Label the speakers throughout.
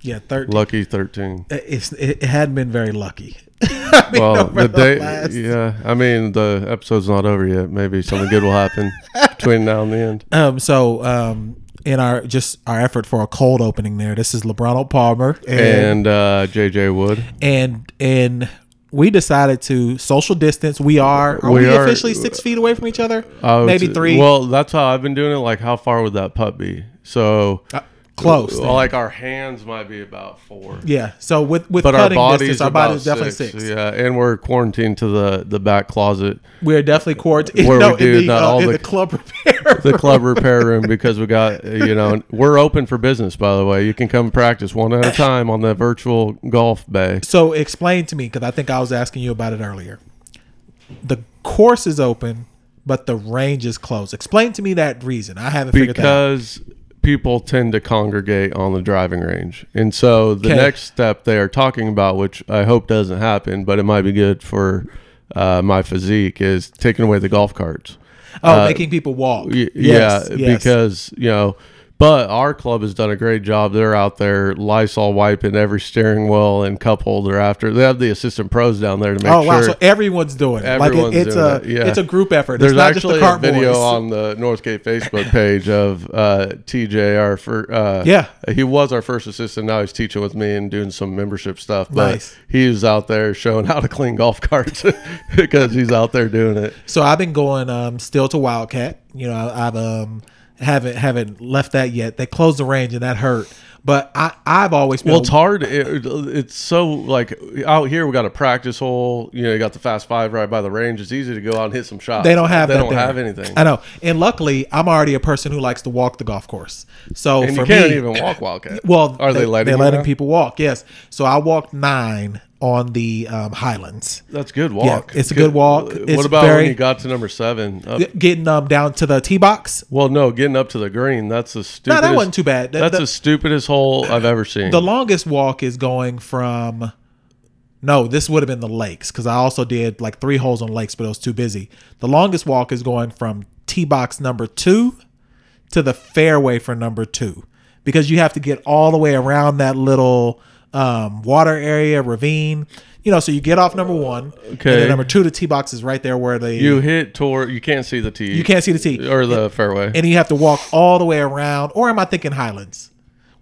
Speaker 1: Yeah, thirteen.
Speaker 2: Lucky thirteen.
Speaker 1: It's it had been very lucky. I mean,
Speaker 2: Well,
Speaker 1: over
Speaker 2: the day,
Speaker 1: last-
Speaker 2: yeah. I mean, the episode's not over yet. Maybe something good will happen between now and the end.
Speaker 1: Um, so um, in our just our effort for a cold opening there, this is LeBron Palmer and
Speaker 2: And uh, JJ Wood.
Speaker 1: and and we decided to social distance. We are are we,
Speaker 2: We are-
Speaker 1: officially six feet away from each other?
Speaker 2: I would
Speaker 1: Maybe
Speaker 2: say-
Speaker 1: three.
Speaker 2: Well, that's how I've been doing it. Like, how far would that putt be? So
Speaker 1: Uh, close.
Speaker 2: Well, like our hands might be about four.
Speaker 1: yeah. So with with
Speaker 2: But our
Speaker 1: cutting
Speaker 2: bodies,
Speaker 1: distance, our body is
Speaker 2: about
Speaker 1: definitely
Speaker 2: six.
Speaker 1: six.
Speaker 2: Yeah, and we're quarantined to the the back closet,
Speaker 1: We're definitely quarantined.
Speaker 2: Where we
Speaker 1: no,
Speaker 2: do
Speaker 1: in the,
Speaker 2: not
Speaker 1: uh,
Speaker 2: all
Speaker 1: in
Speaker 2: the-
Speaker 1: the club repair.
Speaker 2: the club repair room, because we got uh, you know we're open for business. By the way, you can come practice one at a time on the virtual golf bay.
Speaker 1: So explain to me because I think I was asking you about it earlier. The course is open, but the range is closed. Explain to me that reason. I haven't figured that. out.
Speaker 2: because people tend to congregate on the driving range and so the
Speaker 1: Okay.
Speaker 2: next step they are talking about which i hope doesn't happen but it might be good for uh, my physique is taking away the golf carts
Speaker 1: Oh,
Speaker 2: uh,
Speaker 1: making people walk.
Speaker 2: Y-
Speaker 1: Yes,
Speaker 2: yeah
Speaker 1: yes.
Speaker 2: because you know but our club has done a great job they're out there lysol wiping every steering wheel and cup holder after they have the assistant pros down there to make
Speaker 1: Oh
Speaker 2: sure
Speaker 1: wow! So everyone's doing it. like
Speaker 2: Everyone's
Speaker 1: it, it's
Speaker 2: doing
Speaker 1: a
Speaker 2: it, yeah.
Speaker 1: it's a group effort.
Speaker 2: There's
Speaker 1: it's not just
Speaker 2: actually
Speaker 1: the cart
Speaker 2: a video
Speaker 1: boys.
Speaker 2: on the Northgate Facebook page of uh, TJ, our fir- uh,
Speaker 1: Yeah.
Speaker 2: he was our first assistant. Now he's teaching with me and doing some membership stuff. But
Speaker 1: Nice.
Speaker 2: he's out there showing how to clean golf carts because he's out there doing it.
Speaker 1: So I've been going um, still to Wildcat. You know, I, I've um haven't haven't left that yet. They closed the range and that hurt. But I I've always been
Speaker 2: Well, it's hard. It, it's so like out here we got a practice hole. You know, you got the fast five right by the range. It's easy to go out and hit some shots.
Speaker 1: They don't have
Speaker 2: they
Speaker 1: that
Speaker 2: don't
Speaker 1: there.
Speaker 2: have anything.
Speaker 1: I know. And luckily, I'm already a person who likes to walk the golf course. So
Speaker 2: and
Speaker 1: for
Speaker 2: you can't
Speaker 1: me,
Speaker 2: even walk wildcat.
Speaker 1: well,
Speaker 2: are they, letting
Speaker 1: they're
Speaker 2: you
Speaker 1: letting
Speaker 2: now?
Speaker 1: people walk? Yes. So I walked nine on the um, Highlands.
Speaker 2: That's good walk.
Speaker 1: it's a good walk.
Speaker 2: What
Speaker 1: It's
Speaker 2: about
Speaker 1: very-
Speaker 2: when you got to number seven? Up-
Speaker 1: Getting um, down to the tee box.
Speaker 2: well, no, getting up to the green. That's the
Speaker 1: No,
Speaker 2: stupidest.
Speaker 1: that wasn't too bad. The,
Speaker 2: That's
Speaker 1: the-
Speaker 2: the stupidest hole I've ever seen.
Speaker 1: the longest walk is going from. No, this would have been the lakes because I also did like three holes on lakes, but it was too busy. The longest walk is going from tee box number two to the fairway for number two because you have to get all the way around that little um, water area ravine. You know, so you get off number one. And
Speaker 2: Okay.
Speaker 1: then number two, the tee box is right there where they
Speaker 2: you
Speaker 1: you,
Speaker 2: hit toward. You can't see the tee. You
Speaker 1: can't see the tee,
Speaker 2: or the fairway.
Speaker 1: and you have to walk all the way around. Or am I thinking Highlands?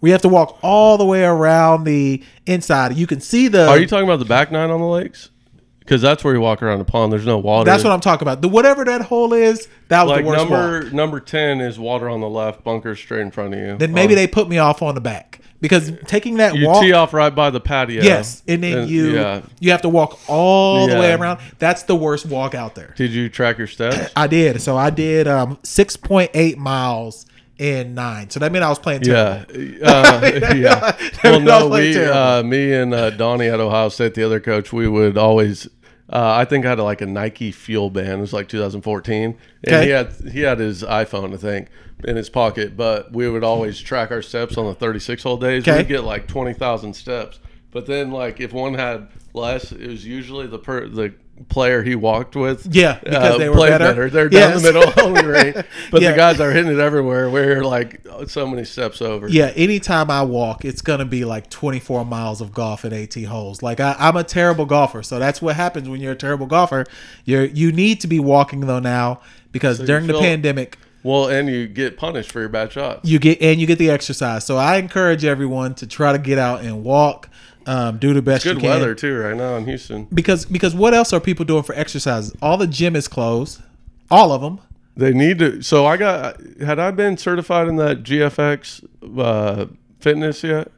Speaker 1: We have to walk all the way around the inside. You can see the.
Speaker 2: Are you talking about the back nine on the lakes? Because that's where you walk around the pond. There's no water.
Speaker 1: that's what I'm talking about. The whatever that hole is, that was
Speaker 2: like.
Speaker 1: the worst one.
Speaker 2: Number number ten is water on the left. Bunker straight in front of you.
Speaker 1: Then maybe
Speaker 2: Um,
Speaker 1: they put me off on the back because taking that
Speaker 2: you
Speaker 1: walk
Speaker 2: tee off right by the patio.
Speaker 1: Yes, and then you
Speaker 2: Yeah.
Speaker 1: you have to walk all the way
Speaker 2: Yeah.
Speaker 1: around. That's the worst walk out there.
Speaker 2: Did you track your steps?
Speaker 1: I did. So I did um 6.8 miles in 9. So that meant I was playing terrible.
Speaker 2: Yeah, uh, yeah.
Speaker 1: That
Speaker 2: Well,
Speaker 1: meant I
Speaker 2: no,
Speaker 1: was playing
Speaker 2: we,
Speaker 1: terrible.
Speaker 2: uh, me and uh, Donnie at Ohio State, the other coach, we would always. Uh, I think I had like a Nike Fuel Band. It was like 2014, and
Speaker 1: Okay.
Speaker 2: he had he had his iPhone, I think, in his pocket. But we would always track our steps on the 36 whole days.
Speaker 1: Okay.
Speaker 2: We'd get like 20,000 steps. But then, like, if one had less, it was usually the per, the player he walked with. uh,
Speaker 1: Yeah, because they were
Speaker 2: played
Speaker 1: better.
Speaker 2: They're down
Speaker 1: Yes.
Speaker 2: the middle only range, but
Speaker 1: Yeah.
Speaker 2: the guys are hitting it everywhere. We're like so many steps over.
Speaker 1: Yeah, anytime I walk, it's gonna be like 24 miles of golf at 18 holes. Like I, I'm a terrible golfer, so that's what happens when you're a terrible golfer. You you need to be walking though now because during the
Speaker 2: feel-
Speaker 1: pandemic,
Speaker 2: Well, and you get punished for your bad shots.
Speaker 1: you get and you get the exercise. So I encourage everyone to try to get out and walk, um, do the best
Speaker 2: Good
Speaker 1: you can.
Speaker 2: weather too right now in Houston.
Speaker 1: because because what else are people doing for exercises? All the gym is closed, all of them.
Speaker 2: They need to. So I got. Had I been certified in that GFX uh, fitness yet?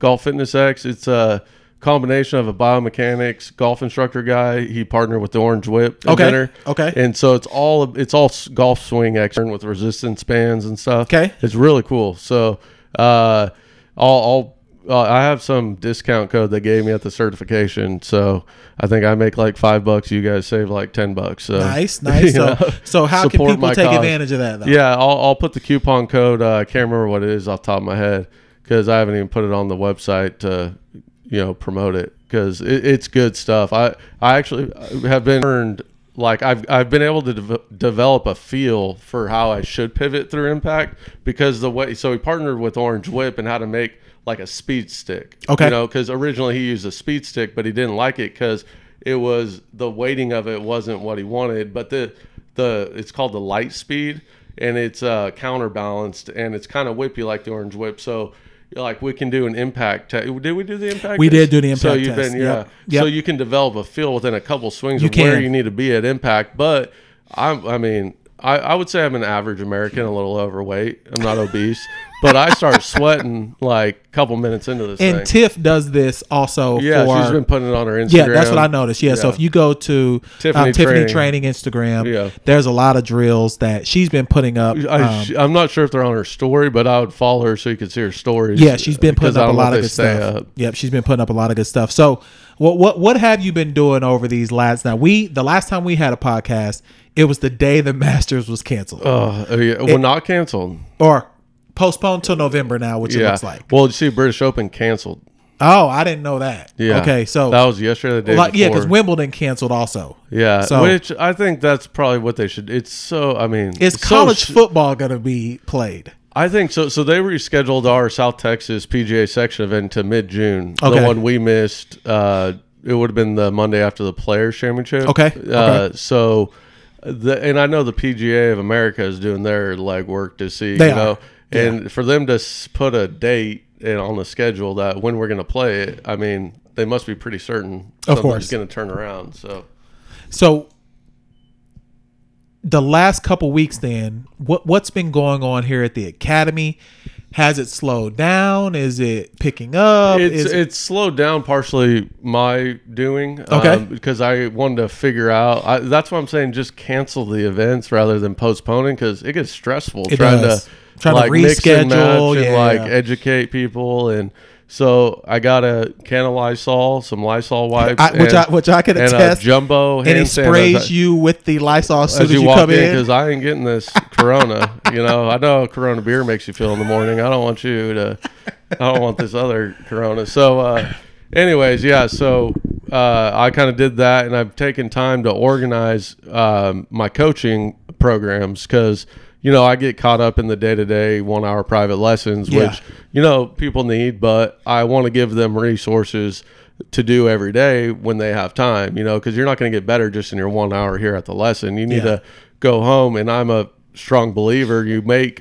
Speaker 2: Golf Fitness X. It's a combination of a biomechanics golf instructor guy. He partnered with the Orange Whip.
Speaker 1: Okay.
Speaker 2: inventor.
Speaker 1: Okay.
Speaker 2: And so it's all it's all s- golf swing action with resistance bands and stuff.
Speaker 1: Okay.
Speaker 2: It's really cool. So uh, I'll. I'll uh, I have some discount code they gave me at the certification, so I think I make like five bucks. You guys save like ten bucks. So
Speaker 1: Nice, nice.
Speaker 2: you
Speaker 1: So,
Speaker 2: know,
Speaker 1: so how can
Speaker 2: Uh, support
Speaker 1: people
Speaker 2: my
Speaker 1: take
Speaker 2: cause.
Speaker 1: advantage of that? Though?
Speaker 2: Yeah, I'll, I'll put the coupon code. Uh, I can't remember what it is off the top of my head because I haven't even put it on the website to, you know, promote it because it, it's good stuff. I I actually have been earned like I've I've been able to dev- develop a feel for how I should pivot through impact because the way so we partnered with Orange Whip and how to make like a speed stick.
Speaker 1: Okay.
Speaker 2: You know, because originally he used a speed stick, but he didn't like it because it was the weighting of it wasn't what he wanted. But the the it's called the light speed, and it's uh, counterbalanced and it's kind of whippy like the orange whip. So like we can do an impact. Te- did we do the impact?
Speaker 1: We did do the
Speaker 2: So
Speaker 1: impact
Speaker 2: you've
Speaker 1: test.
Speaker 2: been yeah.
Speaker 1: Yep. Yep.
Speaker 2: So you can develop a feel within a couple swings
Speaker 1: You
Speaker 2: of where
Speaker 1: can.
Speaker 2: you need to be at impact. But I, I mean, I, I would say I'm an average American, a little overweight. I'm not obese, but I start sweating like a couple minutes into this
Speaker 1: And
Speaker 2: thing.
Speaker 1: Tiff does this also
Speaker 2: yeah,
Speaker 1: for
Speaker 2: she's been putting it on her Instagram.
Speaker 1: Yeah, that's what I noticed. Yeah, so if you go to Tiffany,
Speaker 2: Tiffany
Speaker 1: um, Tiffany Training
Speaker 2: Training.
Speaker 1: Instagram,
Speaker 2: Yeah.
Speaker 1: there's a lot of drills that she's been putting up.
Speaker 2: I,
Speaker 1: um,
Speaker 2: am not sure if they're on her story, but I would follow her so you could see her stories.
Speaker 1: yeah, she's been
Speaker 2: because
Speaker 1: putting
Speaker 2: I
Speaker 1: up a
Speaker 2: don't know
Speaker 1: lot
Speaker 2: if
Speaker 1: of
Speaker 2: they
Speaker 1: good
Speaker 2: stay
Speaker 1: stuff.
Speaker 2: up.
Speaker 1: Yep, she's been putting up a lot of good stuff. So, what what what have you been doing over these last? Now, we the last time we had a podcast, it was the day the Masters was canceled
Speaker 2: Uh, yeah, well, not canceled.
Speaker 1: or postponed till November now, which it
Speaker 2: Yeah.
Speaker 1: looks like.
Speaker 2: Well, you see, British Open canceled.
Speaker 1: Oh, I didn't know that.
Speaker 2: Yeah.
Speaker 1: Okay, so
Speaker 2: that was yesterday. The day
Speaker 1: like, yeah, because
Speaker 2: before.
Speaker 1: Wimbledon canceled also.
Speaker 2: Yeah,
Speaker 1: So-
Speaker 2: which I think that's probably what they should. It's so. I mean,
Speaker 1: Is
Speaker 2: so
Speaker 1: college
Speaker 2: sh-
Speaker 1: football going to be played?
Speaker 2: I think so. So they rescheduled our South Texas PGA section event to mid June.
Speaker 1: Okay.
Speaker 2: The one we missed. Uh, it would have been the Monday after the Players Championship.
Speaker 1: Okay,
Speaker 2: Uh, so, the and I know the PGA of America is doing their legwork to see.
Speaker 1: They
Speaker 2: you
Speaker 1: are.
Speaker 2: know, and for them to s- put a date and on the schedule that when we're going to play it, I mean, they must be pretty certain.
Speaker 1: Of course.
Speaker 2: going to turn around. So.
Speaker 1: So the last couple weeks then, what what's been going on here at the academy? Has it slowed down? Is it picking up?
Speaker 2: it's
Speaker 1: Is-
Speaker 2: it's slowed down partially my doing
Speaker 1: Okay.
Speaker 2: because I wanted to figure out I, that's why I'm saying just cancel the events rather than postponing because it gets stressful
Speaker 1: It
Speaker 2: trying
Speaker 1: does.
Speaker 2: to
Speaker 1: Trying to
Speaker 2: like mix and
Speaker 1: reschedule,
Speaker 2: match and
Speaker 1: yeah.
Speaker 2: like educate people and so I got a can of Lysol some Lysol wipes
Speaker 1: I, which
Speaker 2: and,
Speaker 1: I which I can
Speaker 2: and
Speaker 1: attest.
Speaker 2: a jumbo
Speaker 1: and he
Speaker 2: hand
Speaker 1: sprays
Speaker 2: sanitizer
Speaker 1: you with the Lysol as soon
Speaker 2: as you,
Speaker 1: come
Speaker 2: walk in
Speaker 1: in.
Speaker 2: because I ain't getting this Corona. you know, I know Corona beer makes you feel in the morning. I don't want you to. I don't want this other Corona. So, uh, anyways, yeah. So uh, I kind of did that, and I've taken time to organize um, my coaching programs because you know I get caught up in the day to day one hour private lessons,
Speaker 1: Yeah.
Speaker 2: which you know people need, but I want to give them resources to do every day when they have time. You know, because you're not going to get better just in your one hour here at the lesson. You need
Speaker 1: Yeah.
Speaker 2: to go home, and I'm a strong believer. You make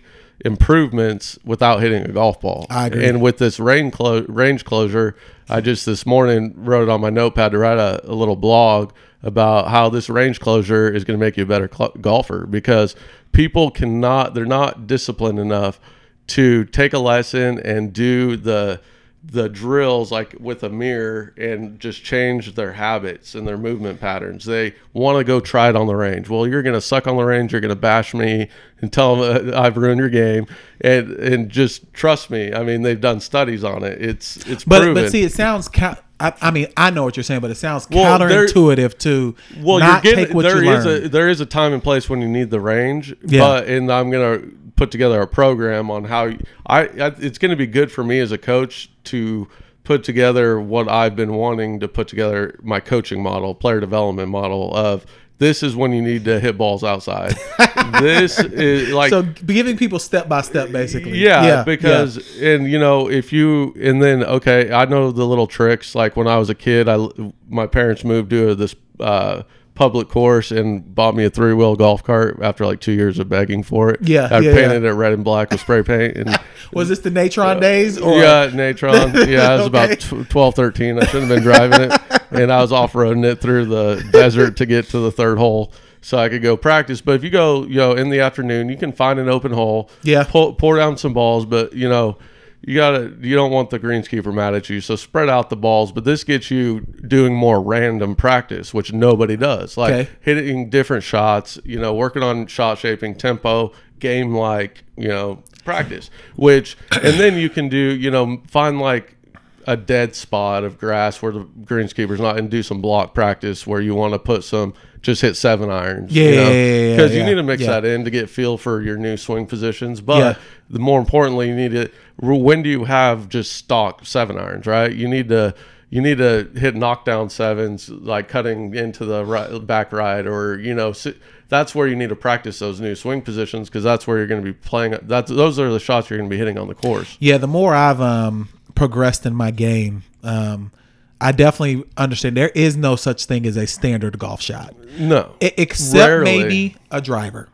Speaker 2: improvements without hitting a golf ball.
Speaker 1: I agree.
Speaker 2: And with this rain clo- range closure, I just this morning wrote it on my notepad to write a, a little blog about how this range closure is going to make you a better cl- golfer because people cannot, they're not disciplined enough to take a lesson and do the the drills like with a mirror and just change their habits and their movement patterns. They want to go try it on the range. Well, you're going to suck on the range. You're going to bash me and tell them uh, I've ruined your game. And and just trust me. I mean, they've done studies on it. It's it's
Speaker 1: but
Speaker 2: proven.
Speaker 1: but see, it sounds. Ca- I, I mean, I know what you're saying, but it sounds
Speaker 2: Well, there-
Speaker 1: counterintuitive to
Speaker 2: well,
Speaker 1: not
Speaker 2: you're getting
Speaker 1: take what
Speaker 2: there
Speaker 1: you
Speaker 2: is
Speaker 1: learn.
Speaker 2: a there is a time and place when you need the range.
Speaker 1: Yeah.
Speaker 2: But and I'm gonna put together a program on how y- I, I it's gonna be good for me as a coach to put together what I've been wanting to put together my coaching model, player development model of this is when you need to hit balls outside. this is like
Speaker 1: so giving people step by step, basically.
Speaker 2: yeah,
Speaker 1: yeah.
Speaker 2: because and you know if you and then okay, I know the little tricks. Like when I was a kid, I my parents moved to this uh, public course and bought me a three wheel golf cart after like two years of begging for it.
Speaker 1: Yeah,
Speaker 2: I
Speaker 1: yeah,
Speaker 2: painted it red and black with spray paint and.
Speaker 1: was this the Natron days or
Speaker 2: Yeah, Natron. Yeah, I
Speaker 1: Okay.
Speaker 2: was about tw- 12, 13. I shouldn't have been driving it. And I was off roading it through the desert to get to the third hole so I could go practice. But if you go, you know, in the afternoon, you can find an open hole.
Speaker 1: Yeah.
Speaker 2: Pull, pour down some balls, but, you know, you gotta. You don't want the greenskeeper mad at you, so spread out the balls. But this gets you doing more random practice, which nobody does. Like
Speaker 1: Okay.
Speaker 2: hitting different shots, you know, working on shot shaping, tempo, game like, you know, practice. Which and then you can do, you know, find like a dead spot of grass where the greenskeeper's not and do some block practice where you want to put some just hit seven irons.
Speaker 1: Yeah,
Speaker 2: you know?
Speaker 1: yeah, yeah, yeah,
Speaker 2: you
Speaker 1: yeah,
Speaker 2: need to mix
Speaker 1: yeah.
Speaker 2: that in to get feel for your new swing positions. But
Speaker 1: Yeah.
Speaker 2: the more importantly, you need to when do you have just stock seven irons, right? You need to you need to hit knockdown sevens, like cutting into the right, back right, or you know si- that's where you need to practice those new swing positions because that's where you're going to be playing. That's those are the shots you're going to be hitting on the course.
Speaker 1: Yeah, the more I've um progressed in my game, um, I definitely understand there is no such thing as a standard golf shot,
Speaker 2: No.
Speaker 1: E- except
Speaker 2: Rarely.
Speaker 1: maybe a driver,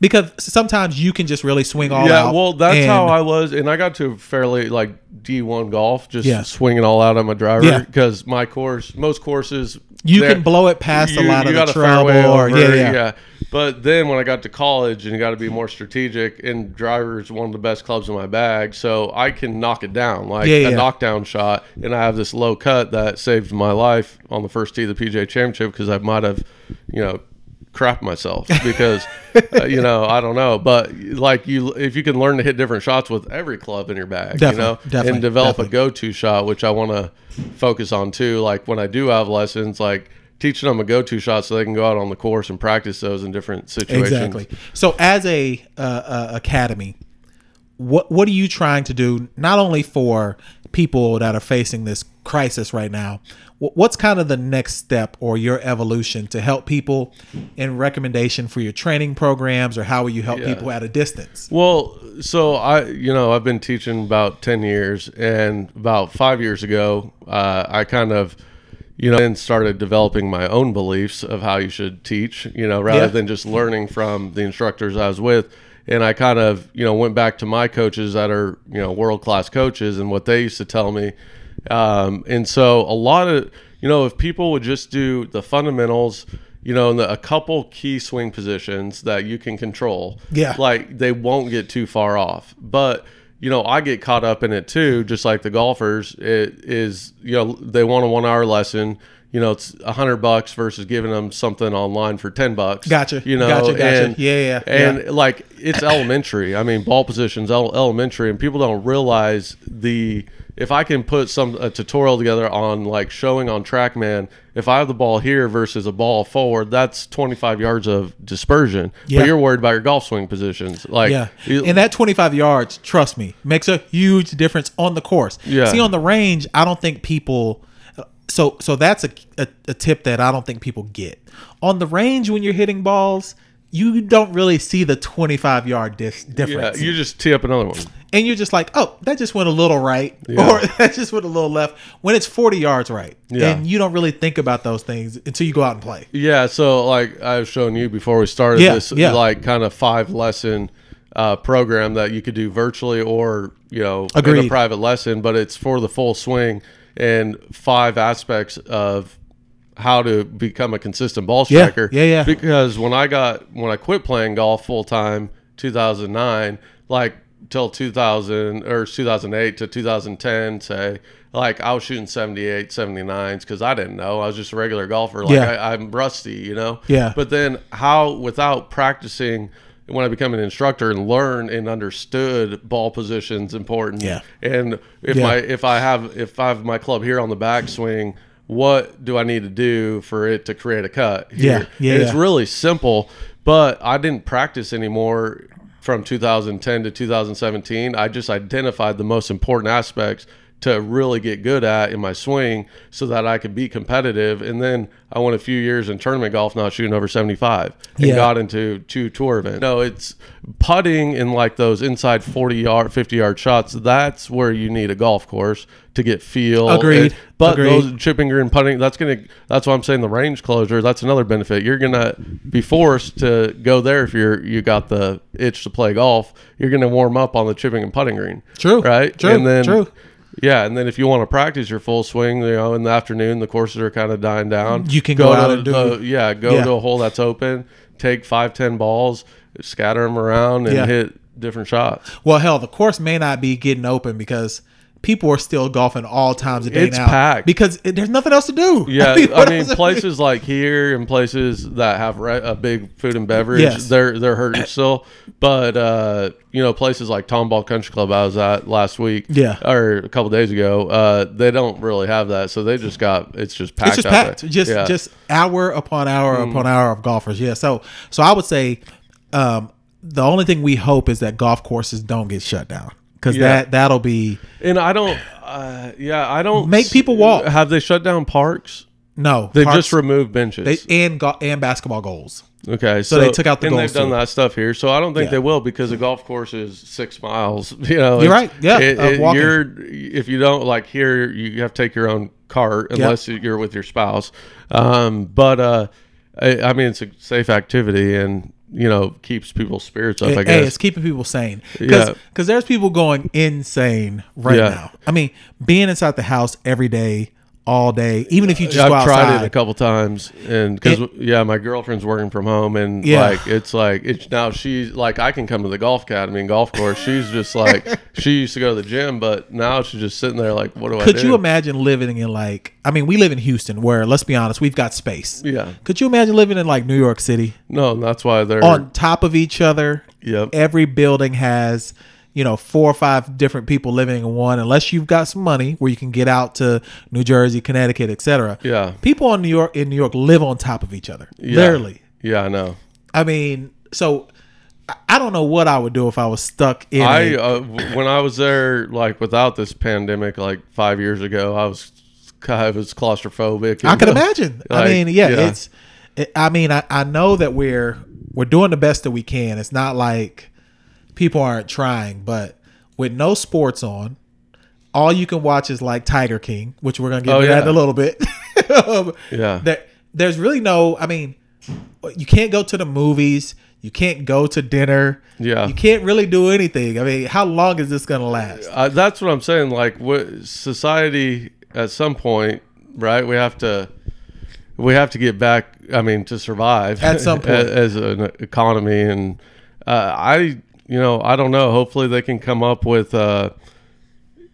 Speaker 1: because sometimes you can just really swing all out.
Speaker 2: yeah, well, that's
Speaker 1: and-
Speaker 2: how I was, and I got to fairly like D one golf, just
Speaker 1: Yeah.
Speaker 2: swinging all out on my driver
Speaker 1: Yeah.
Speaker 2: because my course, most courses,
Speaker 1: you
Speaker 2: they're-
Speaker 1: can blow it past a
Speaker 2: you-
Speaker 1: lot
Speaker 2: you
Speaker 1: of
Speaker 2: got
Speaker 1: the
Speaker 2: a fairway
Speaker 1: trouble. Or,
Speaker 2: over,
Speaker 1: yeah, yeah,
Speaker 2: But then when I got to college and got to be more strategic, and driver's one of the best clubs in my bag, so I can knock it down like
Speaker 1: Yeah,
Speaker 2: a
Speaker 1: yeah.
Speaker 2: knockdown shot, and I have this low cut that saved my life on the first tee of the PJ Championship because I might have, you know. Crap myself because uh, you know I don't know, but like you, if you can learn to hit different shots with every club in your bag, you
Speaker 1: Definitely,
Speaker 2: know,
Speaker 1: definitely,
Speaker 2: and develop a
Speaker 1: definitely.
Speaker 2: go-to shot, which I want to focus on too. Like when I do have lessons, like teaching them a go-to shot so they can go out on the course and practice those in different situations.
Speaker 1: exactly. So as a uh, uh, academy, what what are you trying to do? Not only for people that are facing this crisis right now, wh- what's kind of the next step or your evolution to help people in recommendation for your training programs or how will you help people at a distance?
Speaker 2: Well, so I, you know, I've been teaching about 10 years and about five years ago, uh, I kind of, you know, then started developing my own beliefs of how you should teach, you know, rather
Speaker 1: Yeah.
Speaker 2: than just learning from the instructors I was with. And I kind of, you know, went back to my coaches that are, you know, world class coaches and what they used to tell me. Um, and so a lot of, you know, if people would just do the fundamentals, you know, and the, a couple key swing positions that you can control,
Speaker 1: Yeah.
Speaker 2: like they won't get too far off. But you know, I get caught up in it too, just like the golfers. It is you know they want a one hour lesson. You know, it's a hundred bucks versus giving them something online for ten bucks.
Speaker 1: Gotcha.
Speaker 2: You know,
Speaker 1: Gotcha, gotcha.
Speaker 2: and-
Speaker 1: Yeah, yeah, yeah.
Speaker 2: and like it's elementary. I mean, ball positions el- elementary, and people don't realize the. If I can put some a tutorial together on like showing on TrackMan, if I have the ball here versus a ball forward, that's 25 yards of dispersion.
Speaker 1: Yeah.
Speaker 2: But you're worried about your golf swing positions, like
Speaker 1: Yeah.
Speaker 2: you-
Speaker 1: And that 25 yards, trust me, makes a huge difference on the course.
Speaker 2: Yeah.
Speaker 1: See, on the range, I don't think people. So, so that's a, a, a tip that I don't think people get. On the range, when you're hitting balls, you don't really see the 25 yard dis-
Speaker 2: yeah,
Speaker 1: difference.
Speaker 2: you just tee up another one.
Speaker 1: and you're just like, oh, that just went a little right,
Speaker 2: Yeah.
Speaker 1: or that just went a little left. When it's 40 yards right.
Speaker 2: Yeah.
Speaker 1: And you don't really think about those things until you go out and play.
Speaker 2: Yeah, so like I've shown you before we started
Speaker 1: Yeah,
Speaker 2: this
Speaker 1: yeah.
Speaker 2: like kind of five lesson uh, program that you could do virtually or you know in a
Speaker 1: Agreed.
Speaker 2: private lesson, but it's for the full swing and five aspects of how to become a consistent ball
Speaker 1: Yeah,
Speaker 2: striker.
Speaker 1: yeah, yeah.
Speaker 2: Because when I got when I quit playing golf full time, 2009, like till 2000 or 2008 to 2010, say like I was shooting 78, 79s because I didn't know I was just a regular golfer. Like
Speaker 1: Yeah.
Speaker 2: I, I'm rusty, you know.
Speaker 1: Yeah.
Speaker 2: But then how without practicing. When I become an instructor and learn and understood ball positions important,
Speaker 1: Yeah.
Speaker 2: and if
Speaker 1: Yeah.
Speaker 2: my if I have if I have my club here on the backswing, what do I need to do for it to create a cut? here?
Speaker 1: Yeah, yeah,
Speaker 2: And It's
Speaker 1: yeah.
Speaker 2: really simple, but I didn't practice anymore from 2010 to 2017. I just identified the most important aspects to really get good at in my swing so that I could be competitive. And then I went a few years in tournament golf not shooting over 75 and
Speaker 1: Yeah.
Speaker 2: got into two tour events. No, it's putting in like those inside 40 yard, 50 yard shots. That's where you need a golf course to get feel.
Speaker 1: Agreed.
Speaker 2: And- but
Speaker 1: Agreed.
Speaker 2: those chipping green putting that's gonna that's why i'm saying the range closure that's another benefit you're gonna be forced to go there if you're you got the itch to play golf you're gonna warm up on the chipping and putting green
Speaker 1: True.
Speaker 2: right
Speaker 1: True.
Speaker 2: and then
Speaker 1: True.
Speaker 2: yeah and then if you want to practice your full swing you know in the afternoon the courses are kind of dying down
Speaker 1: You can go out
Speaker 2: to
Speaker 1: and do-
Speaker 2: the- yeah go
Speaker 1: Yeah.
Speaker 2: to a hole that's open take five ten balls scatter them around and
Speaker 1: Yeah.
Speaker 2: hit different shots
Speaker 1: Well, hell, the course may not be getting open because people are still golfing all times of day
Speaker 2: It's
Speaker 1: now.
Speaker 2: packed.
Speaker 1: because it, there's nothing else to do.
Speaker 2: Yeah,
Speaker 1: what
Speaker 2: I mean
Speaker 1: else-
Speaker 2: places like here and places that have re- a big food and beverage,
Speaker 1: Yes.
Speaker 2: they're they're hurting still. But uh, you know, places like Tomball Country Club I was at last week,
Speaker 1: Yeah.
Speaker 2: or a couple days ago, uh, they don't really have that, so they just got it's just packed.
Speaker 1: It's just
Speaker 2: out there.
Speaker 1: packed. Just
Speaker 2: Yeah. Mm-hmm.
Speaker 1: just hour upon hour upon hour of golfers. Yeah. So so I would say um, the only thing we hope is that golf courses don't get shut down because
Speaker 2: Yeah.
Speaker 1: that that'll be
Speaker 2: and I don't, uh, yeah, I don't
Speaker 1: Make people walk.
Speaker 2: Have they shut down parks?
Speaker 1: No,
Speaker 2: They've
Speaker 1: parks-
Speaker 2: just removed benches.
Speaker 1: they and go- and basketball goals.
Speaker 2: Okay, so,
Speaker 1: they took out the
Speaker 2: and
Speaker 1: goals
Speaker 2: they've done
Speaker 1: too.
Speaker 2: that stuff here. So I don't think
Speaker 1: Yeah.
Speaker 2: they will because the golf course is six miles. You know,
Speaker 1: You're
Speaker 2: it's-
Speaker 1: right. Yeah,
Speaker 2: it-
Speaker 1: of
Speaker 2: it-
Speaker 1: walking.
Speaker 2: you're if you don't like here, you have to take your own cart unless you're with your spouse. Um, but uh, I, I mean, it's a safe activity and you know keeps people's spirits up. I
Speaker 1: Hey,
Speaker 2: guess.
Speaker 1: it's keeping people sane. Because
Speaker 2: Yeah.
Speaker 1: there's people going insane right
Speaker 2: Yeah.
Speaker 1: now. I mean, being inside the house every day, all day, even if you just
Speaker 2: I've
Speaker 1: go outside.
Speaker 2: tried it a couple times, and because yeah, my girlfriend's working from home, and
Speaker 1: Yeah.
Speaker 2: like it's like it's now she's like I can come to the golf academy and golf course. She's just like she used to go to the gym, but now she's just sitting there like, what do I
Speaker 1: Could
Speaker 2: do?
Speaker 1: you imagine living in like? I mean, we live in Houston, where let's be honest, we've got space.
Speaker 2: yeah,
Speaker 1: Could you imagine living in like New York City,
Speaker 2: no, and that's why they're
Speaker 1: on top of each other?
Speaker 2: Yep.
Speaker 1: Every building has, you know, four or five different people living in one, unless you've got some money where you can get out to New Jersey, Connecticut, etc.
Speaker 2: Yeah.
Speaker 1: People on New York in New York live on top of each other,
Speaker 2: yeah.
Speaker 1: literally.
Speaker 2: Yeah, I know.
Speaker 1: I mean, so I- I don't know what I would do if I was stuck in.
Speaker 2: I
Speaker 1: a-
Speaker 2: uh, w- when I was there, like without this pandemic, like five years ago, I was I was claustrophobic.
Speaker 1: I
Speaker 2: and,
Speaker 1: can
Speaker 2: uh,
Speaker 1: imagine. I
Speaker 2: like,
Speaker 1: mean, yeah,
Speaker 2: yeah.
Speaker 1: it's. It, I mean, I, I know that we're we're doing the best that we can. It's not like people aren't trying, but with no sports on, all you can watch is like Tiger King, which we're gonna get
Speaker 2: Oh,
Speaker 1: into that in a
Speaker 2: yeah.
Speaker 1: little bit.
Speaker 2: Yeah.
Speaker 1: there, there's really no. I mean, you can't go to the movies. You can't go to dinner.
Speaker 2: Yeah.
Speaker 1: you can't really do anything. I mean, how long is this gonna last?
Speaker 2: I, that's what I'm saying. Like, what society at some point, right? We have to, we have to get back. I mean, to survive
Speaker 1: At some point.
Speaker 2: a- as, an economy, and uh, I, you know, I don't know. Hopefully, they can come up with, uh,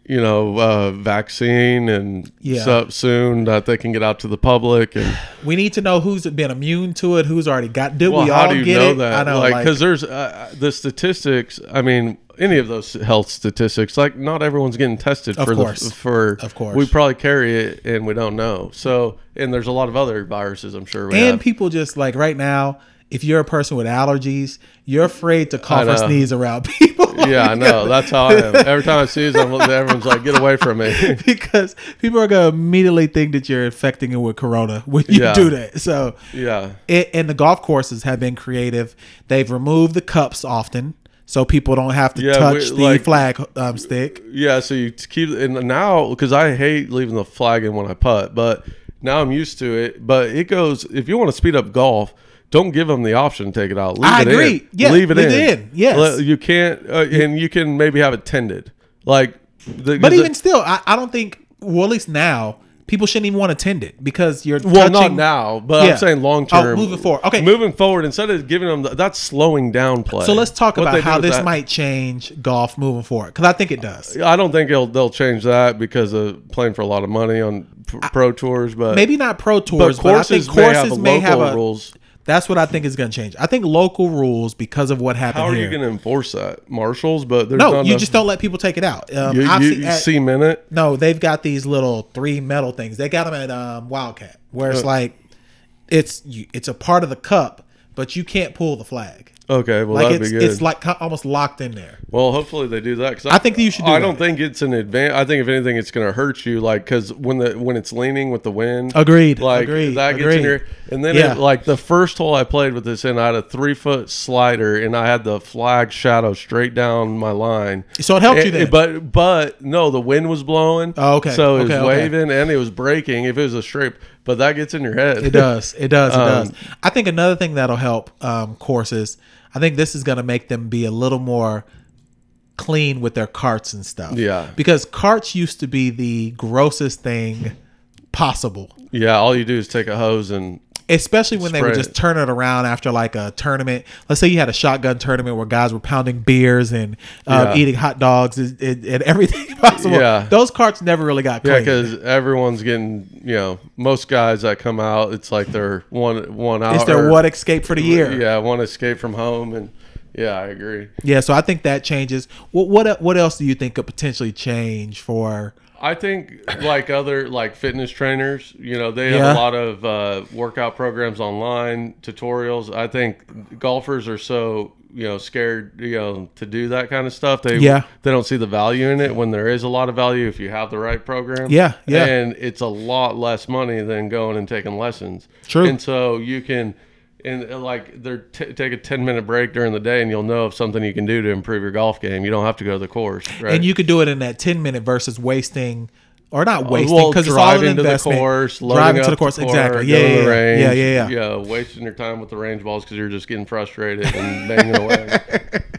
Speaker 2: you know, uh, vaccine and
Speaker 1: Yeah.
Speaker 2: stuff soon that they can get out to the public. And
Speaker 1: We need to know who's been immune to it, who's already got. Did
Speaker 2: well,
Speaker 1: we
Speaker 2: how
Speaker 1: all
Speaker 2: do you
Speaker 1: get
Speaker 2: know
Speaker 1: it?
Speaker 2: that?
Speaker 1: I know,
Speaker 2: like,
Speaker 1: like-
Speaker 2: because there's uh, the statistics. I mean, any of those health statistics, like not everyone's getting tested for
Speaker 1: course.
Speaker 2: the for.
Speaker 1: Of course.
Speaker 2: we probably carry it and we don't know. So, and there's a lot of other viruses. I'm sure we
Speaker 1: and
Speaker 2: have.
Speaker 1: people just like right now. If you're a person with allergies, you're afraid to cough or
Speaker 2: know.
Speaker 1: sneeze around people.
Speaker 2: yeah, I know. That's how I am. Every time I see it, I'm, everyone's like, "Get away from me."
Speaker 1: because people are gonna immediately think that you're infecting it with corona when you
Speaker 2: Yeah.
Speaker 1: do that. So
Speaker 2: yeah,
Speaker 1: it, and the golf courses have been creative. They've removed the cups often, so people don't have to
Speaker 2: Yeah,
Speaker 1: touch
Speaker 2: we-
Speaker 1: the
Speaker 2: like-
Speaker 1: flag um, stick.
Speaker 2: yeah. So you keep and now because I hate leaving the flag in when I putt, but now I'm used to it. But it goes if you want to speed up golf. Don't give them the option to take it out. Leave
Speaker 1: I
Speaker 2: it
Speaker 1: agree.
Speaker 2: In.
Speaker 1: Yeah,
Speaker 2: leave it
Speaker 1: leave
Speaker 2: in.
Speaker 1: it in. Yes.
Speaker 2: Let- you can't, uh, and you can maybe have it tended. Like, the,
Speaker 1: But
Speaker 2: the-
Speaker 1: even still, I, I don't think. Well, at least now people shouldn't even want to tend it because you're
Speaker 2: well, not
Speaker 1: touching-
Speaker 2: now, but
Speaker 1: Yeah.
Speaker 2: I'm saying long
Speaker 1: Oh,
Speaker 2: term.
Speaker 1: moving forward. Okay.
Speaker 2: moving forward instead of giving them the, that's slowing down play.
Speaker 1: So let's talk
Speaker 2: What they
Speaker 1: about
Speaker 2: do
Speaker 1: how
Speaker 2: with
Speaker 1: this
Speaker 2: that-
Speaker 1: might change golf moving forward because I think it does.
Speaker 2: I don't think they'll they'll change that because of playing for a lot of money on pr- pro tours, but
Speaker 1: Maybe not pro tours,
Speaker 2: but
Speaker 1: but, I think
Speaker 2: courses may have
Speaker 1: courses may have,
Speaker 2: local
Speaker 1: a.
Speaker 2: rules.
Speaker 1: That's what I think is going to change. I think local rules because of what happened
Speaker 2: How are
Speaker 1: here.
Speaker 2: you going to enforce that, marshals? But there's
Speaker 1: no,
Speaker 2: not
Speaker 1: you
Speaker 2: enough-
Speaker 1: just don't let people take it out. Um,
Speaker 2: You,
Speaker 1: I've
Speaker 2: you,
Speaker 1: seen-
Speaker 2: you
Speaker 1: at-
Speaker 2: semen it.
Speaker 1: no, they've got these little three metal things. They got them at um, Wildcat, where
Speaker 2: Uh.
Speaker 1: it's like it's you, it's a part of the cup, but you can't pull the flag.
Speaker 2: Okay, well
Speaker 1: Like
Speaker 2: that'd
Speaker 1: it's
Speaker 2: be good.
Speaker 1: it's like co- almost locked in there.
Speaker 2: Well, hopefully they do that because
Speaker 1: I think that you should do
Speaker 2: I
Speaker 1: that.
Speaker 2: don't think it's an advantage. I think if anything, it's going to hurt you, like because when the when it's leaning with the wind,
Speaker 1: Agreed,
Speaker 2: Like
Speaker 1: agreed,
Speaker 2: that gets
Speaker 1: agreed.
Speaker 2: in your. And then
Speaker 1: Yeah.
Speaker 2: it, like the first hole I played with this in, I had a three foot slider and I had the flag shadow straight down my line.
Speaker 1: So it helped you
Speaker 2: And-
Speaker 1: then.
Speaker 2: but but no, the wind was blowing.
Speaker 1: Oh, okay,
Speaker 2: So
Speaker 1: okay,
Speaker 2: it was
Speaker 1: okay.
Speaker 2: waving and it was breaking. If it was a straight, but that gets in your head.
Speaker 1: It does. It does. It does.
Speaker 2: Um,
Speaker 1: I think another thing that'll help um, courses. I think this is going to make them be a little more clean with their carts and stuff.
Speaker 2: Yeah.
Speaker 1: Because carts used to be the grossest thing possible,
Speaker 2: yeah, all you do is take a hose and
Speaker 1: especially when they would
Speaker 2: Spray it.
Speaker 1: just turn it around after like a tournament. Let's say you had a shotgun tournament where guys were pounding beers and um,
Speaker 2: Yeah.
Speaker 1: eating hot dogs and, and, and everything possible.
Speaker 2: Yeah.
Speaker 1: Those carts never really got
Speaker 2: Yeah,
Speaker 1: clean.
Speaker 2: because everyone's getting you know most guys that come out, it's like they're one one hour.
Speaker 1: it's their what escape for the year.
Speaker 2: Yeah, one escape from home, and yeah, I agree.
Speaker 1: Yeah, so I think that changes. What what what else do you think could potentially change for
Speaker 2: I think like other like fitness trainers, you know, they
Speaker 1: Yeah.
Speaker 2: have a lot of uh, workout programs online, tutorials. I think golfers are so you know scared you know to do that kind of stuff. They
Speaker 1: Yeah.
Speaker 2: they don't see the value in it when there is a lot of value if you have the right program.
Speaker 1: Yeah, yeah.
Speaker 2: and it's a lot less money than going and taking lessons.
Speaker 1: True.
Speaker 2: and so you can. And uh, like, they're t- take a ten minute break during the day, and you'll know of something you can do to improve your golf game. You don't have to go to the course, right?
Speaker 1: and you could do it in that 10 minute versus wasting or not wasting
Speaker 2: Uh, well,
Speaker 1: because it's all an
Speaker 2: driving to the
Speaker 1: investment
Speaker 2: course, loading
Speaker 1: driving
Speaker 2: up
Speaker 1: to the course, exactly yeah
Speaker 2: going to
Speaker 1: yeah
Speaker 2: the
Speaker 1: yeah.
Speaker 2: range,
Speaker 1: yeah yeah yeah
Speaker 2: wasting your time with the range balls because you're just getting frustrated and banging away.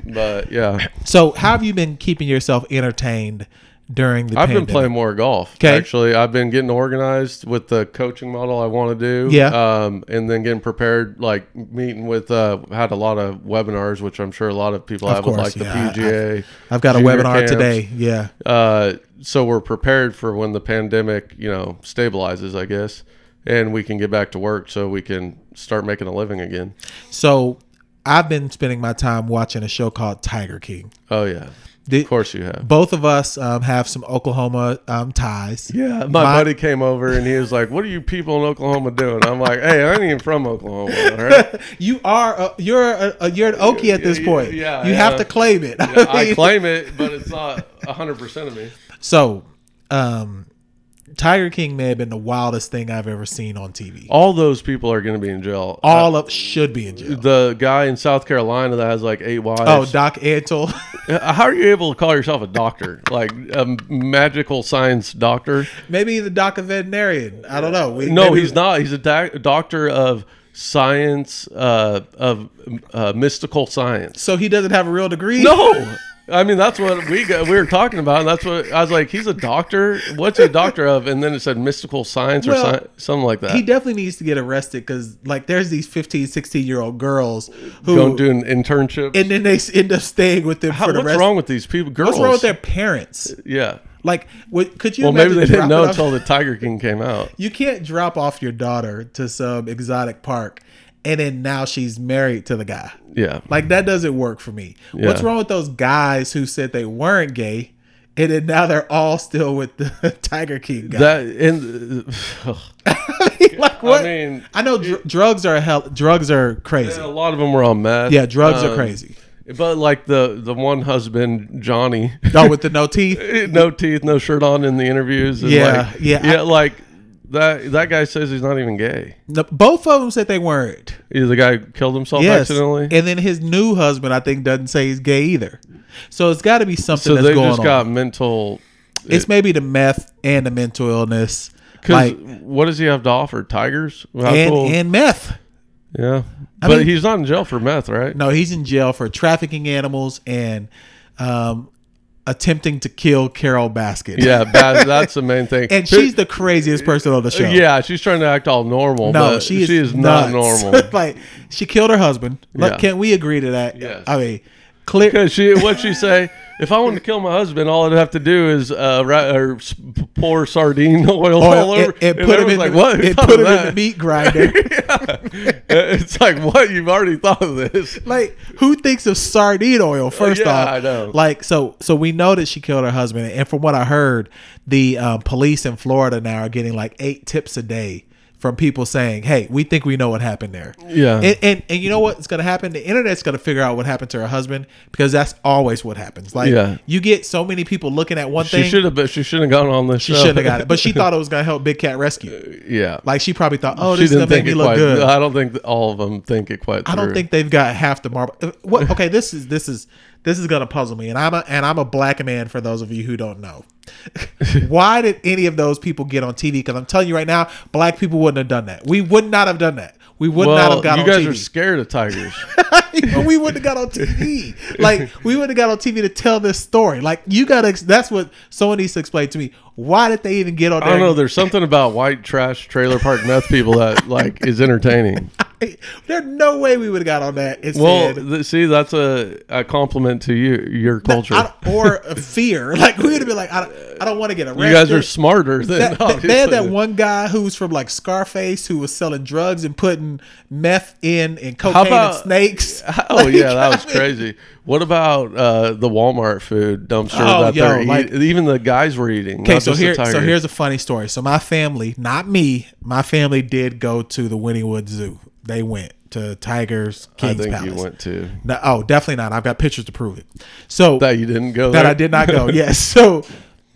Speaker 2: But yeah,
Speaker 1: so how have you been keeping yourself entertained during the
Speaker 2: I've
Speaker 1: pandemic?
Speaker 2: been playing more golf.
Speaker 1: 'Kay.
Speaker 2: Actually, I've been getting organized with the coaching model I want to do.
Speaker 1: Yeah.
Speaker 2: Um, and then getting prepared, like meeting with, uh, had a lot of webinars, which I'm sure a lot of people
Speaker 1: Of
Speaker 2: have
Speaker 1: course,
Speaker 2: with like
Speaker 1: yeah, I-
Speaker 2: the PGA.
Speaker 1: I've got a
Speaker 2: junior
Speaker 1: webinar
Speaker 2: camps.
Speaker 1: today yeah
Speaker 2: Uh, so we're prepared for when the pandemic, you know, stabilizes, I guess, and we can get back to work so we can start making a living again.
Speaker 1: so I've been spending my time watching a show called Tiger King
Speaker 2: Oh yeah,
Speaker 1: The-
Speaker 2: of course you have.
Speaker 1: both of us um, have some Oklahoma um, ties
Speaker 2: Yeah, my, buddy came over and he was like, "What are you people in Oklahoma doing?" I'm like, "Hey, I ain't even from Oklahoma." All right?
Speaker 1: you are a, you're a, a, you're an Okie at this
Speaker 2: Yeah,
Speaker 1: point
Speaker 2: yeah,
Speaker 1: you
Speaker 2: yeah.
Speaker 1: have to claim it
Speaker 2: I claim it, but it's not 100 percent of me.
Speaker 1: so um Tiger King may have been the wildest thing I've ever seen on TV.
Speaker 2: All those people are going to be in jail.
Speaker 1: all of should be in jail.
Speaker 2: the guy in South Carolina that has like eight wives.
Speaker 1: Oh, Doc Antle.
Speaker 2: How are you able to call yourself a doctor, like a magical science doctor?
Speaker 1: Maybe the Doc a veterinarian. I don't know. We,
Speaker 2: No,
Speaker 1: maybe-
Speaker 2: he's not. He's a doc- doctor of science, uh, of uh, mystical science.
Speaker 1: So he doesn't have a real degree.
Speaker 2: No, I mean that's what we got, we were talking about. And that's what I was like. He's a doctor. What's he a doctor of? And then it said mystical science or
Speaker 1: Well,
Speaker 2: sci- something like that.
Speaker 1: He definitely needs to get arrested because, like, there's these 15, 16 year old girls who,
Speaker 2: Don't do an internship.
Speaker 1: and then they s- end up staying with them
Speaker 2: How-
Speaker 1: for the
Speaker 2: what's
Speaker 1: rest.
Speaker 2: wrong with these people? Girls.
Speaker 1: What's wrong with their parents?
Speaker 2: Yeah.
Speaker 1: Like, what, could you?
Speaker 2: Well, maybe
Speaker 1: imagine
Speaker 2: they didn't
Speaker 1: dropping
Speaker 2: know
Speaker 1: off-
Speaker 2: until the Tiger King came out.
Speaker 1: you can't drop off your daughter to some exotic park, and then now she's married to the guy.
Speaker 2: Yeah.
Speaker 1: Like that doesn't work for me. What's
Speaker 2: Yeah.
Speaker 1: wrong with those guys who said they weren't gay, and then now they're all still with the Tiger King guy?
Speaker 2: That and
Speaker 1: like what? I,
Speaker 2: I mean,
Speaker 1: know dr- drugs are hell. Drugs are crazy.
Speaker 2: a lot of them were on meth.
Speaker 1: Yeah, drugs are
Speaker 2: Um,
Speaker 1: crazy.
Speaker 2: But like the the one husband Johnny,
Speaker 1: No, with the no teeth.
Speaker 2: no teeth, no shirt on in the interviews. And
Speaker 1: Yeah,
Speaker 2: like,
Speaker 1: yeah, I-
Speaker 2: yeah. like that that guy says he's not even gay.
Speaker 1: No, both of them said they weren't.
Speaker 2: Either the guy killed himself
Speaker 1: Yes,
Speaker 2: accidentally.
Speaker 1: and then his new husband, I think, doesn't say he's gay either. So it's got to be something
Speaker 2: so
Speaker 1: that's
Speaker 2: they
Speaker 1: going
Speaker 2: just
Speaker 1: on.
Speaker 2: got mental.
Speaker 1: it's maybe the meth and the mental illness,
Speaker 2: Because
Speaker 1: like
Speaker 2: what does he have to offer? Tigers? How
Speaker 1: and
Speaker 2: cool.
Speaker 1: and meth.
Speaker 2: yeah,
Speaker 1: I
Speaker 2: but
Speaker 1: mean-
Speaker 2: he's not in jail for meth, right?
Speaker 1: No, he's in jail for trafficking animals and um, attempting to kill Carol Baskin.
Speaker 2: Yeah, bad, that's the main thing.
Speaker 1: And she's the craziest person on the show.
Speaker 2: yeah, she's trying to act all normal.
Speaker 1: No,
Speaker 2: but
Speaker 1: she is,
Speaker 2: not
Speaker 1: nuts.
Speaker 2: normal.
Speaker 1: like she killed her husband. Like,
Speaker 2: Yeah.
Speaker 1: can we agree to that?
Speaker 2: Yes.
Speaker 1: I mean, clear.
Speaker 2: Because she, what she say? If I wanted to kill my husband, all I'd have to do is uh, ra- or s- p- pour sardine oil, all
Speaker 1: Oil,
Speaker 2: over
Speaker 1: and, and Oh, put him
Speaker 2: everyone's
Speaker 1: in.
Speaker 2: like,
Speaker 1: the,
Speaker 2: what? Who
Speaker 1: and
Speaker 2: thought
Speaker 1: put him
Speaker 2: of
Speaker 1: in the
Speaker 2: that? Uh,
Speaker 1: meat grinder.
Speaker 2: it's like what you've already thought of this.
Speaker 1: like, who thinks of sardine oil? First
Speaker 2: yeah,
Speaker 1: off,
Speaker 2: I know.
Speaker 1: Like, so, so we know that she killed her husband, and from what I heard, the um, police in Florida now are getting like eight tips a day from people saying, "Hey, we think we know what happened there."
Speaker 2: Yeah.
Speaker 1: and and, and you know what's going to happen? The internet's going to figure out what happened to her husband because that's always what happens. Like,
Speaker 2: Yeah.
Speaker 1: you get so many people looking at one
Speaker 2: She
Speaker 1: thing.
Speaker 2: should have. been- She shouldn't have gone on this.
Speaker 1: She shouldn't have got it, but she thought it was gonna help Big Cat Rescue.
Speaker 2: yeah,
Speaker 1: Like she probably thought, oh,
Speaker 2: she
Speaker 1: this is gonna
Speaker 2: didn't
Speaker 1: make
Speaker 2: think
Speaker 1: me
Speaker 2: it
Speaker 1: look
Speaker 2: quite.
Speaker 1: good.
Speaker 2: I don't think th- all of them think it quite.
Speaker 1: I don't
Speaker 2: through.
Speaker 1: think they've got half the marble. uh, What? Okay, this is this is this is gonna puzzle me, and I'm a and I'm a black man. For those of you who don't know, why did any of those people get on TV? Because I'm telling you right now, black people wouldn't have done that. We would not have done that. We would not
Speaker 2: Well,
Speaker 1: have got
Speaker 2: you
Speaker 1: on
Speaker 2: guys
Speaker 1: TV.
Speaker 2: are scared of tigers.
Speaker 1: we wouldn't have got on TV. Like we wouldn't have got on TV to tell this story. Like you gotta. ex- That's what someone needs to explain to me. Why did they even get on?
Speaker 2: I
Speaker 1: there
Speaker 2: don't know.
Speaker 1: and-
Speaker 2: There's something about white trash trailer park meth people that like is entertaining.
Speaker 1: There's no way we would have got on that. and
Speaker 2: Well,
Speaker 1: said-
Speaker 2: th- see, that's a, a compliment to you, your culture.
Speaker 1: I don't- or a fear. Like we would have been like, I don't, I don't want to get arrested.
Speaker 2: You guys are smarter than
Speaker 1: That- that- they had that
Speaker 2: obviously.
Speaker 1: one guy who was from like Scarface who was selling drugs and putting meth in and cocaine
Speaker 2: about-
Speaker 1: and snakes.
Speaker 2: Oh
Speaker 1: Like,
Speaker 2: yeah, that
Speaker 1: I
Speaker 2: was
Speaker 1: mean,
Speaker 2: crazy. What about uh, the Walmart food dumpster
Speaker 1: Oh,
Speaker 2: that
Speaker 1: yo,
Speaker 2: they're eat-
Speaker 1: like-
Speaker 2: even the guys were eating?
Speaker 1: Okay,
Speaker 2: not
Speaker 1: so
Speaker 2: just the
Speaker 1: here, so
Speaker 2: tigers.
Speaker 1: here's a funny story. So my family, not me, my family did go to the Winniewood Zoo. They went to Tigers
Speaker 2: I
Speaker 1: King's
Speaker 2: think
Speaker 1: Palace.
Speaker 2: you went to
Speaker 1: No, oh, definitely not. I've got pictures to prove it. So
Speaker 2: that. You didn't go
Speaker 1: that
Speaker 2: there?
Speaker 1: I did not go. yes. So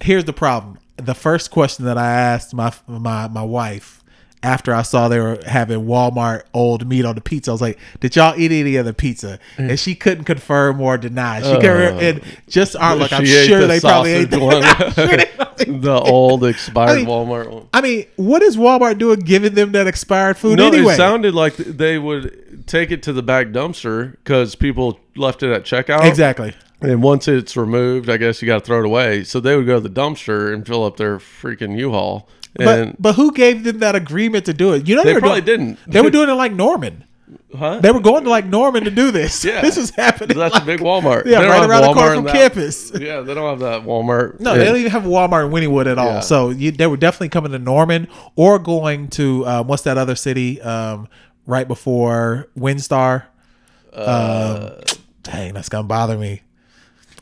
Speaker 1: here's the problem. The first question that I asked my my my wife after I saw they were having Walmart old meat on the pizza, I was like, "Did y'all eat any of the pizza?"
Speaker 2: Mm.
Speaker 1: And she couldn't confirm or deny. She couldn't, and just our look. I'm
Speaker 2: Uh. She ate
Speaker 1: sure
Speaker 2: the
Speaker 1: they probably ate that.
Speaker 2: sausage one.
Speaker 1: I'm sure they probably
Speaker 2: the old expired
Speaker 1: I mean,
Speaker 2: Walmart one.
Speaker 1: I mean, what is Walmart doing giving them that expired food
Speaker 2: No,
Speaker 1: anyway?
Speaker 2: it sounded like they would take it to the back dumpster because people left it at checkout.
Speaker 1: exactly.
Speaker 2: And once it's removed, I guess you got to throw it away. So they would go to the dumpster and fill up their freaking U-Haul. And
Speaker 1: But but who gave them that agreement to do it? You know
Speaker 2: They
Speaker 1: were
Speaker 2: probably
Speaker 1: doing-
Speaker 2: didn't.
Speaker 1: They were doing it like Norman.
Speaker 2: huh?
Speaker 1: They were going to like Norman to do this.
Speaker 2: Yeah.
Speaker 1: this is happening.
Speaker 2: that's
Speaker 1: like,
Speaker 2: a big Walmart.
Speaker 1: yeah,
Speaker 2: They don't
Speaker 1: right
Speaker 2: have
Speaker 1: around the
Speaker 2: Walmart
Speaker 1: corner
Speaker 2: in
Speaker 1: from
Speaker 2: that-
Speaker 1: campus.
Speaker 2: Yeah, they don't have that Walmart.
Speaker 1: No,
Speaker 2: in-
Speaker 1: they don't even have Walmart in Winniewood at all.
Speaker 2: Yeah.
Speaker 1: So you, they were definitely coming to Norman or going to um, what's that other city um, right before Windstar?
Speaker 2: Uh,
Speaker 1: um, dang, that's gonna bother me.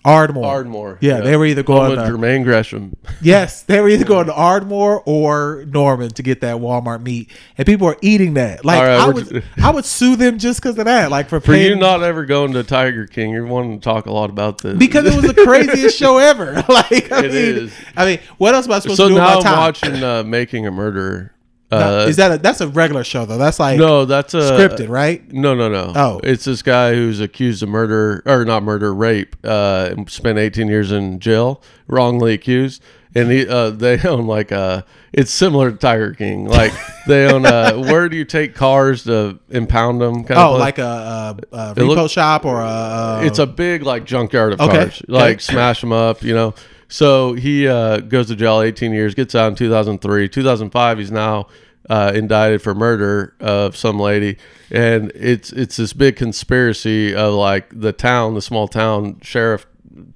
Speaker 1: Ardmore.
Speaker 2: Ardmore,
Speaker 1: Yeah,
Speaker 2: yeah.
Speaker 1: they were either
Speaker 2: Home
Speaker 1: going
Speaker 2: of
Speaker 1: to
Speaker 2: Jermaine Gresham.
Speaker 1: Yes, they were either going to Ardmore or Norman to get that Walmart meat, and people are eating that. Like
Speaker 2: All right,
Speaker 1: I
Speaker 2: we're
Speaker 1: would,
Speaker 2: ju-
Speaker 1: I would sue them just because of that. Like for,
Speaker 2: For
Speaker 1: paying,
Speaker 2: you not ever going to Tiger King, you're wanting to talk a lot about this.
Speaker 1: because it was the craziest show ever. Like I
Speaker 2: It
Speaker 1: mean,
Speaker 2: is.
Speaker 1: I mean, what else am I supposed
Speaker 2: so
Speaker 1: to do with
Speaker 2: now
Speaker 1: my
Speaker 2: I'm
Speaker 1: time?
Speaker 2: watching uh, Making a Murderer.
Speaker 1: No,
Speaker 2: Uh,
Speaker 1: is that a, that's a regular show though? That's like
Speaker 2: no, uh, that's a
Speaker 1: scripted, right?
Speaker 2: No, no, no.
Speaker 1: Oh.
Speaker 2: it's this guy who's accused of murder or not murder, rape. Uh, and spent 18 years in jail, wrongly accused, and he, uh, they own like uh It's similar to Tiger King. Like they own a. Where do you take cars to impound them? Kind
Speaker 1: Oh,
Speaker 2: place?
Speaker 1: like a, a, a repo
Speaker 2: uh-huh. look-
Speaker 1: shop or a, a
Speaker 2: it's a big like junkyard of
Speaker 1: Um, Okay.
Speaker 2: cars like
Speaker 1: Okay.
Speaker 2: smash them up you know so he uh, goes to jail 18 years gets out in 2003 2005 he's now uh, indicted for murder of some lady and it's it's this big conspiracy of like the town the small town sheriff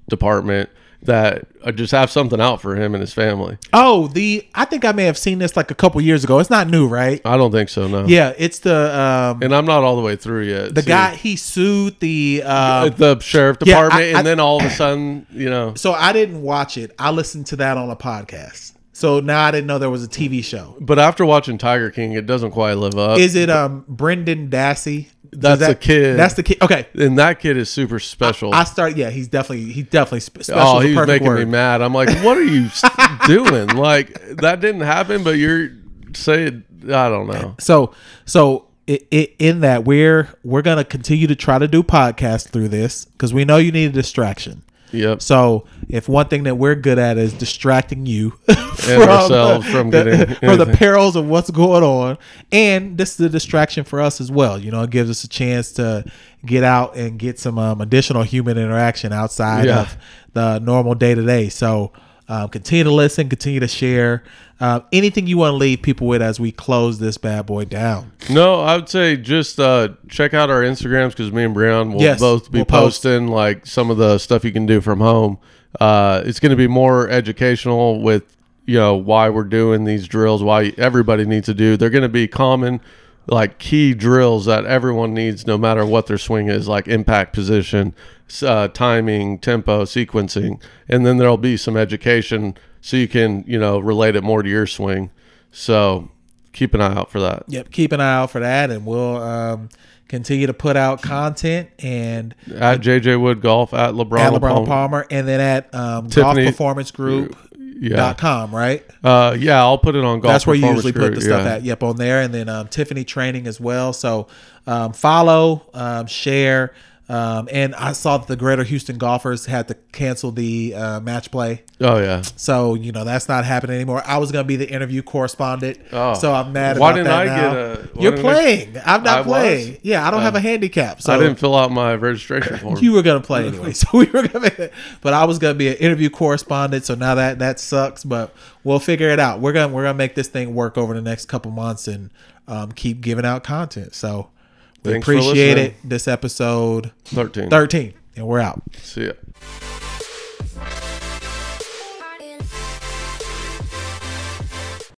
Speaker 2: department that uh, just have something out for him and his family
Speaker 1: oh the I think I may have seen this like a couple years ago. It's not new, right?
Speaker 2: i don't think so no
Speaker 1: Yeah, it's the um,
Speaker 2: and i'm not all the way through yet
Speaker 1: the guy he sued the um,
Speaker 2: the sheriff
Speaker 1: Yeah, I-
Speaker 2: department
Speaker 1: I-
Speaker 2: and then all of a sudden you know
Speaker 1: So I didn't watch it. I listened to that on a podcast. So now I didn't know there was a TV show.
Speaker 2: but after watching tiger king it doesn't quite live up
Speaker 1: Is it um Brendan Dassey? Does
Speaker 2: Uh, That's the kid.
Speaker 1: That's the kid. Okay.
Speaker 2: And that kid is super special.
Speaker 1: I start. Yeah, he's definitely he definitely sp- special.
Speaker 2: oh,
Speaker 1: is
Speaker 2: he
Speaker 1: a
Speaker 2: was
Speaker 1: perfect
Speaker 2: making
Speaker 1: word.
Speaker 2: me mad. I'm like, what are you s- doing? Like that didn't happen, but you're saying I don't know.
Speaker 1: So so it, it, in that we're we're gonna continue to try to do podcasts through this because we know you need a distraction.
Speaker 2: Yep.
Speaker 1: So if one thing that we're good at is distracting you from,
Speaker 2: ourselves from
Speaker 1: the,
Speaker 2: getting-
Speaker 1: from the perils of what's going on, and this is a distraction for us as well. You know, it gives us a chance to get out and get some um, additional human interaction outside
Speaker 2: Yeah.
Speaker 1: of the normal day to day. So um, continue to listen, continue to share. Uh, anything you want to leave people with as we close this bad boy down.
Speaker 2: No, I would say just uh, check out our Instagrams because me and Brian will
Speaker 1: Yes,
Speaker 2: both be
Speaker 1: we'll post.
Speaker 2: posting like some of the stuff you can do from home. Uh, it's going to be more educational with you know why we're doing these drills, why everybody needs to do. They're going to be common, like key drills that everyone needs, no matter what their swing is, like impact position, s- uh, timing, tempo, sequencing, and then there'll be some education so you can you know relate it more to your swing. So keep an eye out for that.
Speaker 1: Yep, keep an eye out for that, and we'll um, continue to put out content and.
Speaker 2: at JJ Wood Golf at LeBron,
Speaker 1: at LeBron Palmer,
Speaker 2: Palmer.
Speaker 1: and then at um,
Speaker 2: Tiffany-
Speaker 1: golfperformancegroup.com,
Speaker 2: Yeah,
Speaker 1: right?
Speaker 2: uh, yeah. I'll put it on golf.
Speaker 1: That's where you
Speaker 2: Performance
Speaker 1: usually put
Speaker 2: Group,
Speaker 1: the stuff
Speaker 2: yeah.
Speaker 1: at. Yep, on there. And then um, Tiffany Training as well. So um, follow, um, share. Um, and I saw that the Greater Houston golfers had to cancel the uh, match play.
Speaker 2: Oh yeah.
Speaker 1: So, you know, that's not happening anymore. I was going to be the interview correspondent.
Speaker 2: Oh.
Speaker 1: So I'm mad about
Speaker 2: Why didn't
Speaker 1: that
Speaker 2: I
Speaker 1: now.
Speaker 2: get a- why
Speaker 1: You're
Speaker 2: didn't I-
Speaker 1: playing. I'm
Speaker 2: I
Speaker 1: not
Speaker 2: was? Um,
Speaker 1: playing. Yeah, I don't have a handicap. So
Speaker 2: I didn't fill out my registration form.
Speaker 1: you were gonna play anyway, so we were gonna. But I was gonna be an interview correspondent, so now that that sucks. But we'll figure it out. We're gonna we're gonna make this thing work over the next couple months and um, keep giving out content. So we
Speaker 2: Thanks for
Speaker 1: appreciate
Speaker 2: listening.
Speaker 1: it. This episode
Speaker 2: Thirteen.
Speaker 1: thirteen, and we're out.
Speaker 2: See ya.